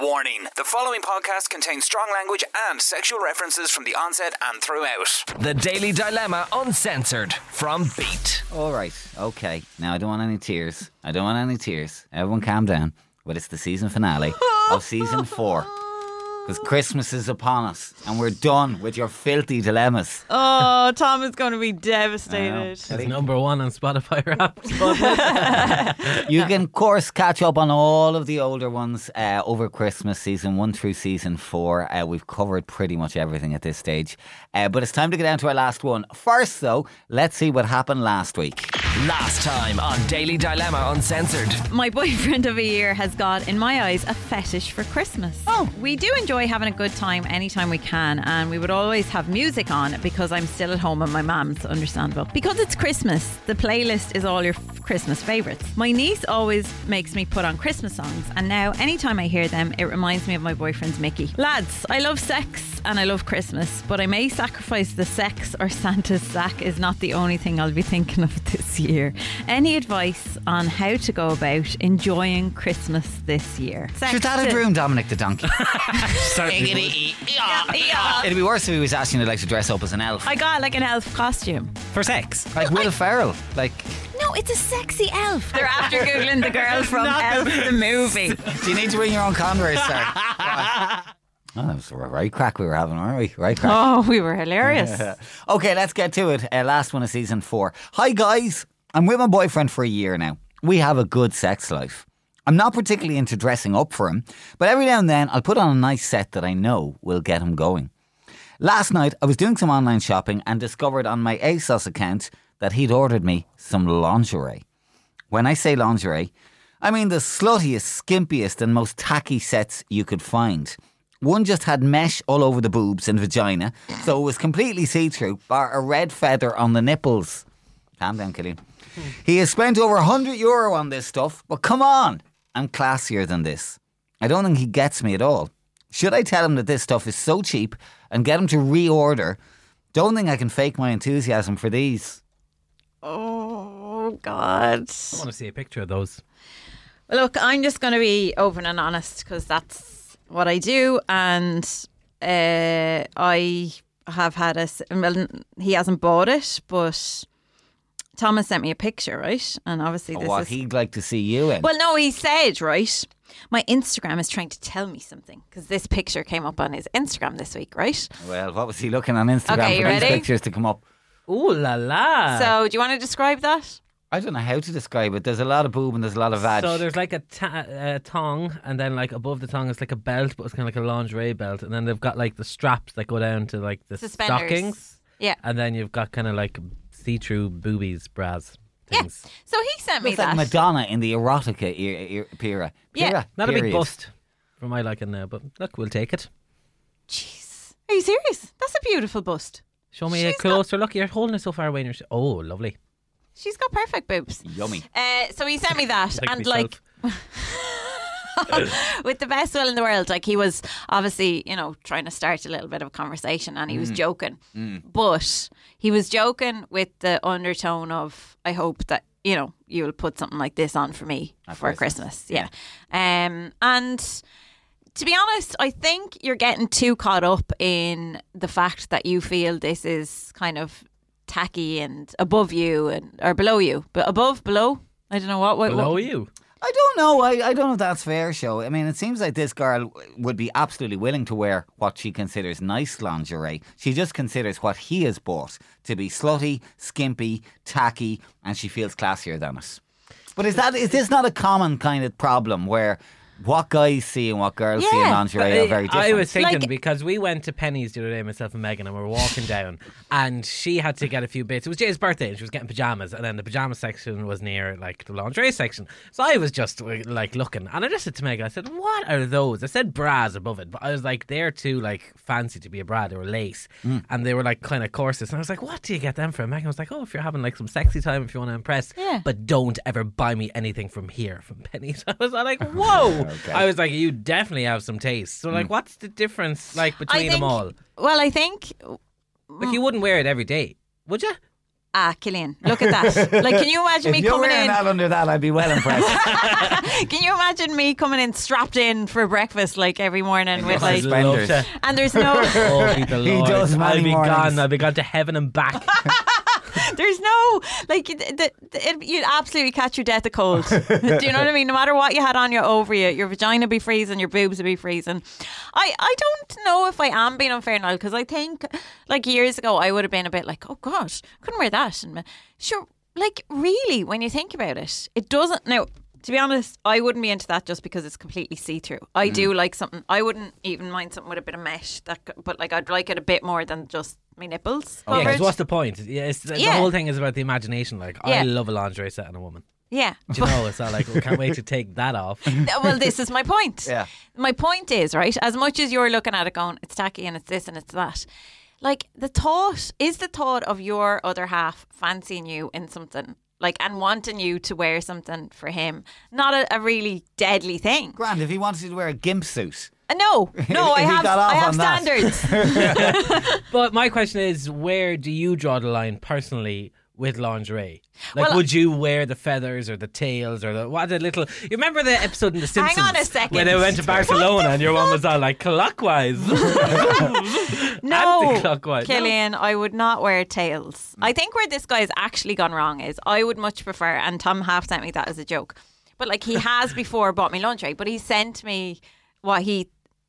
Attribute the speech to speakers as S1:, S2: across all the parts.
S1: Warning the following podcast contains strong language and sexual references from the onset and throughout.
S2: The Daily Dilemma Uncensored from Beat.
S3: All right. Okay. Now I don't want any tears. I don't want any tears. Everyone calm down. But it's the season finale of season four. Because Christmas is upon us and we're done with your filthy dilemmas.
S4: Oh, Tom is going to be
S3: I
S4: devastated.
S3: know.
S5: It's number one on Spotify rap.
S3: You can, of course, catch up on all of the older ones uh, over Christmas season one through season four. Uh, we've covered pretty much everything at this stage. Uh, but it's time to get down to our last one. First, though, let's see what happened last week.
S2: Last time on Daily Dilemma Uncensored.
S4: My boyfriend of a year has got, in my eyes, a fetish for Christmas. Oh. We do enjoy having a good time anytime we can, and we would always have music on because I'm still at home and my mum's understandable. Because it's Christmas, the playlist is all your f- Christmas favourites. My niece always makes me put on Christmas songs, and now anytime I hear them, it reminds me of my boyfriend's Mickey. Lads, I love sex and I love Christmas, but I may sacrifice the sex or Santa's sack is not the only thing I'll be thinking of this year. Any advice on how to go about enjoying Christmas this year? Sex
S3: Should that have
S4: to-
S3: room Dominic the Donkey?
S4: Yeah.
S3: It'd be worse if he was asking you like to dress up as an elf.
S4: I got like an elf costume.
S3: For sex. Like Will Ferrell. Like,
S4: No, it's a sexy elf. They're after googling the girl from
S3: Not
S4: Elf the movie.
S3: do you need to bring your own Converse, sir? Oh, that was a right crack we were having, weren't we? Right crack.
S4: Oh, we were hilarious.
S3: Okay, let's get to it. Uh, last one of season four. Hi, guys. I'm with my boyfriend for a year now. We have a good sex life. I'm not particularly into dressing up for him, but every now and then I'll put on a nice set that I know will get him going. Last night, I was doing some online shopping and discovered on my ASOS account that he'd ordered me some lingerie. When I say lingerie, I mean the sluttiest, skimpiest, and most tacky sets you could find. One just had mesh all over the boobs and vagina, so it was completely see through, bar a red feather on the nipples. Calm down, Killian. He has spent over 100 euro on this stuff, but come on, I'm classier than this. I don't think he gets me at all. Should I tell him that this stuff is so cheap and get him to reorder? Don't think I can fake my enthusiasm for these.
S4: Oh, God.
S5: I want to see a picture of those.
S4: Look, I'm just going to be open and honest because that's what I do, and uh, I have had a. s- Well, n- he hasn't bought it, but Thomas sent me a picture, right? And obviously, this
S3: Oh, what
S4: is
S3: he'd like to see you in.
S4: well, no, he said, right? My Instagram is trying to tell me something because this picture came up on his Instagram this week, right?
S3: Well, what was he looking on Instagram
S4: Okay, you
S3: for these
S4: ready?
S3: pictures to come up?
S5: Ooh la la.
S4: so, do you want to describe that?
S3: I don't know how to describe it. There's a lot of boob and there's a lot of vag.
S5: So there's like a ta- uh, tongue, and then like above the tongue, it's like a belt, but it's kind of like a lingerie belt. And then they've got like the straps that go down to like the
S4: Suspenders.
S5: stockings,
S4: Yeah.
S5: and then you've got kind of like see-through boobies, bras, things.
S4: So he sent me
S3: Looks like
S4: that.
S3: Madonna in the erotica era. era pera.
S4: Yeah.
S3: Pera,
S5: Not a big
S3: period.
S5: bust for my liking now, but look, we'll take it.
S4: Jeez, are you serious? That's a beautiful bust.
S5: Show me
S4: She's
S5: a
S4: got-
S5: closer look. You're holding it so far away. And you're... s- Oh, lovely.
S4: She's got perfect boobs.
S3: Yummy.
S4: Uh, so he sent me that,
S5: Like
S4: and
S5: myself.
S4: like with the best will in the world, like he was obviously, you know, trying to start a little bit of a conversation, and he was joking, but he was joking with the undertone of, "I hope that you know you'll put something like this on for me for Christmas." Yeah, um, and. To be honest, I think you're getting too caught up in the fact that you feel this is kind of tacky and above you and or below you, but above, below. I don't know what. what
S5: below
S4: what,
S5: you.
S3: I don't know. I, I don't know if that's fair, show. I mean, it seems like this girl would be absolutely willing to wear what she considers nice lingerie. She just considers what he has bought to be slutty, skimpy, tacky, and she feels classier than us. But is that is this not a common kind of problem where what guys see and what girls see in
S4: Yeah.
S3: lingerie are
S5: I-
S3: very different?
S5: I was thinking
S4: Like-
S5: because we went to Penny's the other day, myself and Megan, and we were walking down, and she had to get a few bits. It was Jay's birthday, and she was getting pajamas, and then the pajama section was near like the lingerie section. So I was just uh, like looking, and I just said to Megan, I said, "What are those?" I said bras above it, but I was like, they're too like fancy to be a bra. They were lace,
S3: Mm.
S5: and they were like kind of corsets, and I was like, "What do you get them from?" Megan was like, "Oh, if you're having like some sexy time, if you want to impress,
S4: Yeah.
S5: but don't ever buy me anything from here from Penny's." I was like, "Whoa!" I was like, "You definitely have some taste." So,
S3: Hmm.
S5: like, what's the difference like between
S4: I think,
S5: them all?
S4: Well, I think
S5: Like, you wouldn't wear it every day, would you?
S4: Ah, Killian, look at that. like, can you imagine me
S3: if you're
S4: coming
S3: wearing
S4: in?
S3: that under that, I'd be well impressed.
S4: Can you imagine me coming in strapped in for breakfast like every morning with
S3: your
S4: like,
S3: husband. Spenders.
S5: Love to-
S4: and there's no,
S5: Oh, be the
S3: He
S5: Lord.
S3: does many
S5: I'll be
S3: mornings.
S5: gone. I'll be gone to heaven and back.
S4: there's no like it, it, it, you'd absolutely catch your death of cold. Do you know what I mean? No matter what you had on your over you, your vagina would be freezing, your boobs would be freezing. I I don't know if I am being unfair now because I think like years ago I would have been a bit like, oh gosh, couldn't wear that. And sure, like really, when you think about it, it doesn't now. To be honest, I wouldn't be into that just because it's completely see through. I do
S5: Mm.
S4: like something. I wouldn't even mind something with a bit of mesh. That, c- but like, I'd like it a bit more than just my nipples.
S5: Yeah,
S4: covered.
S5: because what's the point? Yeah, it's, the
S4: Yeah.
S5: whole thing is about the imagination. Like,
S4: Yeah.
S5: I love a lingerie set on a woman.
S4: yeah.
S5: Do you know? It's not like, we can't wait to take that off.
S4: No, well, this is my point.
S3: Yeah.
S4: My point is, right, as much as you're looking at it going, it's tacky and it's this and it's that, like the thought is the thought of your other half fancying you in something, like, and wanting you to wear something for him, not a, a really deadly thing.
S3: Grand, if he wanted you to wear a gimp suit.
S4: Uh, No, no,
S3: If
S4: I
S3: he
S4: have,
S3: got off
S4: I have
S3: on that.
S4: standards.
S5: But my question is, where do you draw the line personally with lingerie? Like,
S4: Well,
S5: would you wear the feathers or the tails or the what the little? You remember the episode in The
S4: Hang
S5: Simpsons?
S4: on a second.
S5: Where they went to Barcelona and your one was all like clockwise.
S4: No,
S5: Anti-clockwise.
S4: Killian, I would not wear tails. I think where this guy has actually gone wrong is I would much prefer, and Tom half sent me that as a joke, but like he has before bought me lingerie, but he sent me what he.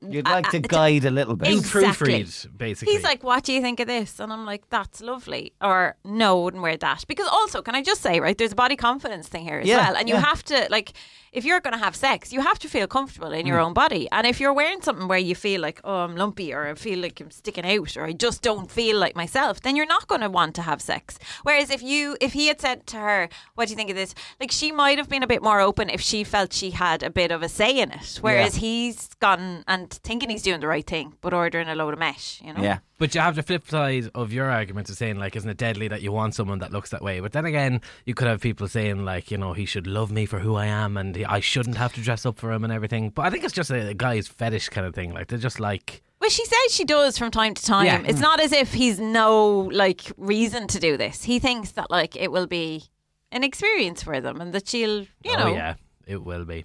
S3: You'd
S4: Uh,
S3: like
S4: uh,
S3: to
S4: it's-
S3: guide a little bit.
S5: You
S4: Ex- Exactly.
S5: proofread basically.
S4: He's like, "What do you think of this?" And I'm like, "That's lovely." Or no, wouldn't wear that because also, can I just say, right? There's a body confidence thing here as
S3: Yeah,
S4: well, and you
S3: yeah.
S4: have to like, if you're going to have sex, you have to feel comfortable in
S3: Mm.
S4: your own body. And if you're wearing something where you feel like, "Oh, I'm lumpy," or "I feel like I'm sticking out," or "I just don't feel like myself," then you're not going to want to have sex. Whereas if you, if he had said to her, "What do you think of this?" Like she might have been a bit more open if she felt she had a bit of a say in it. Whereas he's gone and thinking he's doing the right thing, but ordering a load of mesh, you know.
S3: yeah.
S5: But you have the flip side of your argument of saying, like, isn't it deadly that you want someone that looks that way? But then again, you could have people saying, like, you know, he should love me for who I am and he- I shouldn't have to dress up for him and everything. But I think it's just a, a guy's fetish kind of thing. Like, they're just like,
S4: Well, she says she does from time to time.
S5: Yeah. Mm.
S4: It's not as if he's no like reason to do this. He thinks that like it will be an experience for them and that she'll, you know.
S5: oh, yeah, it will be.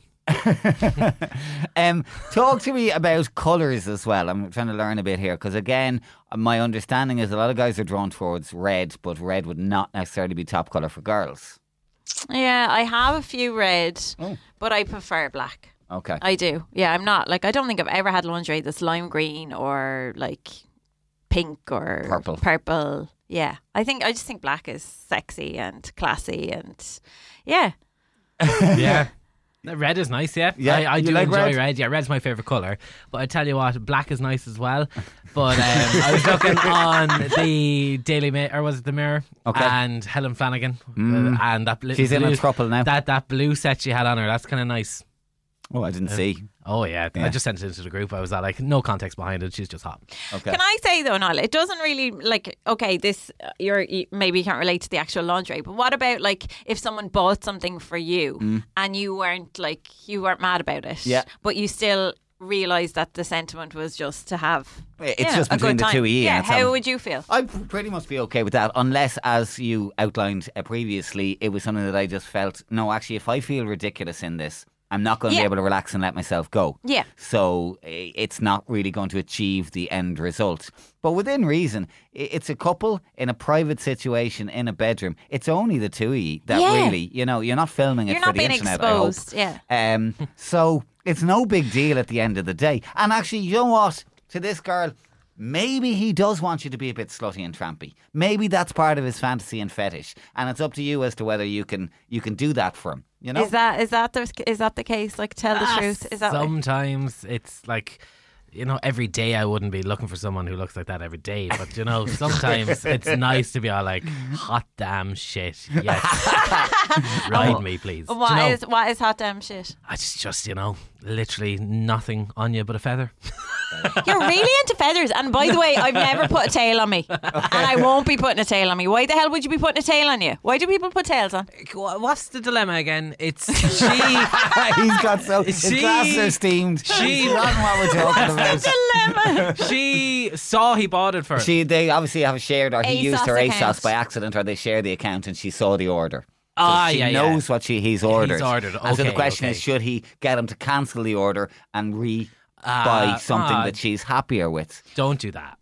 S3: Um, talk to me about colours as well. I'm trying to learn a bit here because, again, my understanding is a lot of guys are drawn towards red, but red would not necessarily be top colour for girls.
S4: Yeah, I have a few red,
S5: Mm.
S4: but I prefer black.
S3: Okay.
S4: I do. Yeah, I'm not like I don't think I've ever had lingerie that's lime green or like pink or
S3: Purple.
S4: Purple. Yeah. I think I just think black is sexy and classy and yeah.
S5: Yeah. Red is nice, yeah.
S3: Yeah,
S5: I, I
S3: you
S5: do
S3: like
S5: enjoy
S3: red?
S5: red? Yeah, red's my favorite color. But I tell you what, black is nice as well. But um, I was looking on the Daily Mail, or was it the Mirror?
S3: Okay. Mm.
S5: And Helen Flanagan, uh, and that blue.
S3: She's in a
S5: blue-
S3: throuple now.
S5: That that blue set she had on her, that's kind of nice.
S3: Oh, I didn't see.
S5: Oh yeah.
S3: Yeah.
S5: I just sent it into the group. I was uh, like, no context behind it. She's just hot.
S3: Okay.
S4: Can I say though, Niall, it doesn't really like okay, this uh, you're you, maybe you can't relate to the actual lingerie, but what about like if someone bought something for you and you weren't like you weren't mad about it,
S3: Mm. Yeah.
S4: but you still realised that the sentiment was just to have
S3: It's
S4: yeah,
S3: just
S4: a
S3: between
S4: good
S3: the
S4: time.
S3: two of you Oh, and
S4: Yeah,
S3: it's
S4: how
S3: having-
S4: would you feel?
S3: I pretty much be okay with that, unless, as you outlined uh, previously, it was something that I just felt no, actually, if I feel ridiculous in this, I'm not going to
S4: Yeah.
S3: be able to relax and let myself go.
S4: Yeah.
S3: So i- it's not really going to achieve the end result. But within reason, i- it's a couple in a private situation in a bedroom. It's only the two of you that
S4: Yeah.
S3: really, you know, you're not filming it
S4: You're
S3: for
S4: not
S3: the
S4: being
S3: internet.
S4: exposed.
S3: I hope.
S4: Yeah.
S3: Um, so it's no big deal at the end of the day. And actually, you know what? To this girl, maybe he does want you to be a bit slutty and trampy. Maybe that's part of his fantasy and fetish. And it's up to you as to whether you can you can do that for him. You know,
S4: Is that is that the is that the case? Like tell the truth. Is that
S5: Sometimes it's like. You know, every day I wouldn't be looking for someone who looks like that every day, but you know, sometimes it's nice to be all like, hot damn shit. Yes. Ride me, please. Do you
S4: what
S5: know,
S4: is what is hot damn shit?
S5: It's just, you know, literally nothing on you but a feather.
S4: You're really into feathers. And by the way, I've never put a tail on me. And I won't be putting a tail on me. Why the hell would you be putting a tail on you? Why do people put tails on?
S5: Wha- What's the dilemma again? It's she.
S3: He's got so his
S5: She-
S3: glasses are steamed.
S5: she-
S3: She's forgotten what we're talking about.
S4: Dilemma.
S5: she saw he bought it for her.
S3: She they obviously have shared or he used
S4: ASOS
S3: her
S4: account.
S3: ASOS by accident or they share the account and she saw the order. So
S5: Ah,
S3: she
S5: yeah, yeah.
S3: knows what she he's ordered.
S5: ordered.
S3: and so the
S5: Okay,
S3: question
S5: okay.
S3: is, should he get him to cancel the order and re
S5: Ah,
S3: buy something
S5: ah.
S3: that she's happier with?
S5: Don't do that.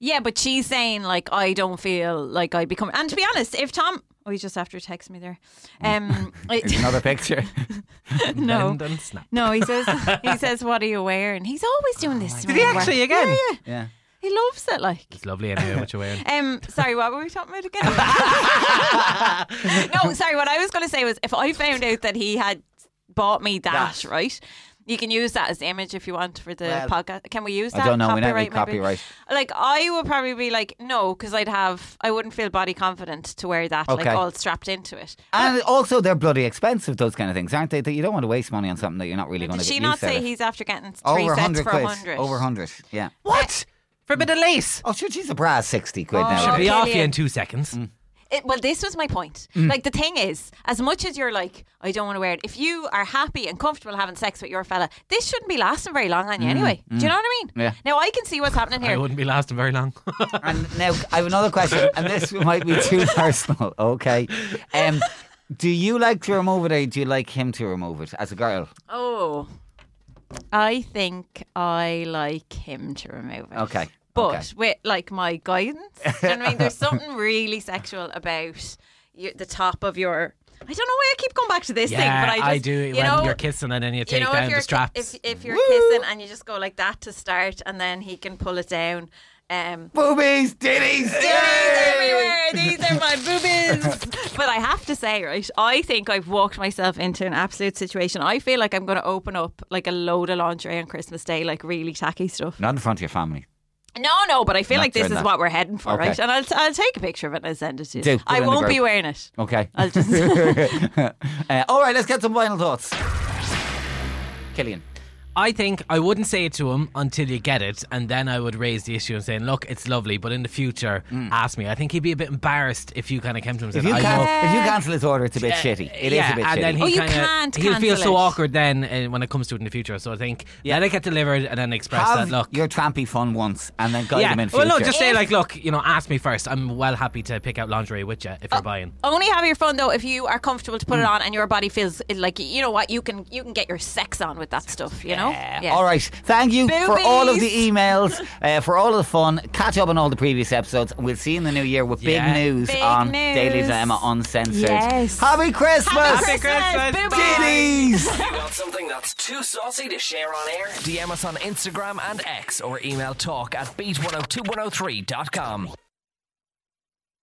S4: Yeah, but she's saying like I don't feel like I become. And to be honest, if Tom, oh, he's just after text me there. Um,
S3: Here's
S4: it,
S3: another picture.
S4: no,
S5: And then snap.
S4: no, he says he says, "What are you wearing?" He's always doing this.
S5: Did he actually again?
S3: yeah.
S4: He loves it. Like,
S5: It's lovely anyway what you're wearing.
S4: um, sorry, what were we talking about again? no, sorry. What I was going to say was, if I found out that he had bought me that,
S3: That.
S4: right? You can use that as the image if you want for the
S3: Well,
S4: podcast. Can we use
S3: I
S4: that?
S3: don't know, we don't
S4: Copyright,
S3: need copyright.
S4: Like I would probably be like no, because I'd have I wouldn't feel body confident to wear that
S3: Okay.
S4: like all strapped into it.
S3: And also, they're bloody expensive, those kind of things, aren't they? That You don't want to waste money on something that you're not really going
S4: Did
S3: to get
S4: she
S3: used
S4: not
S3: out
S4: say
S3: of.
S4: he's after getting three
S3: over
S4: sets for
S3: quid.
S4: hundred?
S3: Over 100, yeah.
S5: What? For a bit of lace?
S3: Oh, sure, she's a bra 60 quid now.
S5: Should
S4: Oh,
S5: be off you
S4: Killian.
S5: in two seconds.
S4: It, well, this was my point.
S5: Mm.
S4: Like the thing is, as much as you're like, I don't want to wear it. If you are happy and comfortable having sex with your fella, this shouldn't be lasting very long on you anyway. Do you know what I mean?
S3: Yeah.
S4: Now I can see what's happening
S5: Mm, I
S4: here.
S5: wouldn't be lasting very long.
S3: And now I have another question, and this might be too personal. Okay. Um, do you like to remove it, or do you like him to remove it as a girl?
S4: Oh, I think I like him to remove it.
S3: Okay,
S4: But
S3: okay.
S4: with like my guidance, you know what I mean, there's something really sexual about you, the top of your. I don't know why I keep going back to this thing,
S5: yeah,
S4: but I just
S5: do.
S4: You
S5: when
S4: know,
S5: you're kissing and then you take
S4: you know,
S5: down
S4: if you're
S5: the straps.
S4: If, if you're kissing and you just go like that to start, and then he can pull it down. Um,
S3: Boobies, titties. yay!
S4: everywhere. These are my boobies. but I have to say, right, I think I've walked myself into an absolute situation. I feel like I'm going to open up like a load of lingerie on Christmas Day, like really tacky stuff.
S3: Not in front of your family.
S4: No, no, but I feel
S3: Not
S4: like this
S3: doing
S4: is
S3: that.
S4: what we're heading for,
S3: Okay.
S4: right? And I'll, I'll take a picture of it and I'll send it to you.
S3: Do, put
S4: I
S3: it in the
S4: won't be
S3: group.
S4: wearing it.
S3: Okay.
S4: I'll just.
S3: Uh, all right, let's get some final thoughts. Killian.
S5: I think I wouldn't say it to him until you get it, and then I would raise the issue and saying, "Look, it's lovely, but in the future,
S4: Mm.
S5: ask me." I think he'd be a bit embarrassed if you kind of came to him and
S3: If
S5: said,
S3: you,
S5: "I
S3: can,
S5: know-
S3: if you cancel his order, it's a bit shitty. It is
S5: yeah,
S3: a bit
S5: and
S3: shitty.
S5: Then he
S4: Oh, you
S5: kinda,
S4: can't
S5: He'll feel
S4: cancel
S5: so
S4: it.
S5: awkward then uh, when it comes to it in the future. So I think yeah, let it get delivered and then express
S3: Have
S5: that. Look,
S3: your trampy fun once, and then guide
S5: yeah.
S3: him in
S5: well,
S3: future.
S5: no, just say like, look, you know, ask me first. I'm well happy to pick out lingerie with you if
S4: Oh,
S5: you're buying.
S4: Only have your phone though if you are comfortable to put it on and your body feels like you know what you can you can get your sex on with that stuff. You know. Yeah.
S3: All right. Thank you for all of the
S4: Boobies.
S3: emails, uh, for all of the fun. Catch up on all the previous episodes. We'll see you in the new year with
S5: Yeah.
S3: big news
S4: Big
S3: on
S4: news.
S3: Daily Dilemma Uncensored.
S4: Yes.
S3: Happy Christmas!
S4: Happy
S5: Christmas,
S4: Christmas, boo-boo.
S3: Kitties!
S2: You got something that's too saucy to share on oh air? DM us on Instagram and X or email talk at beat102103.com.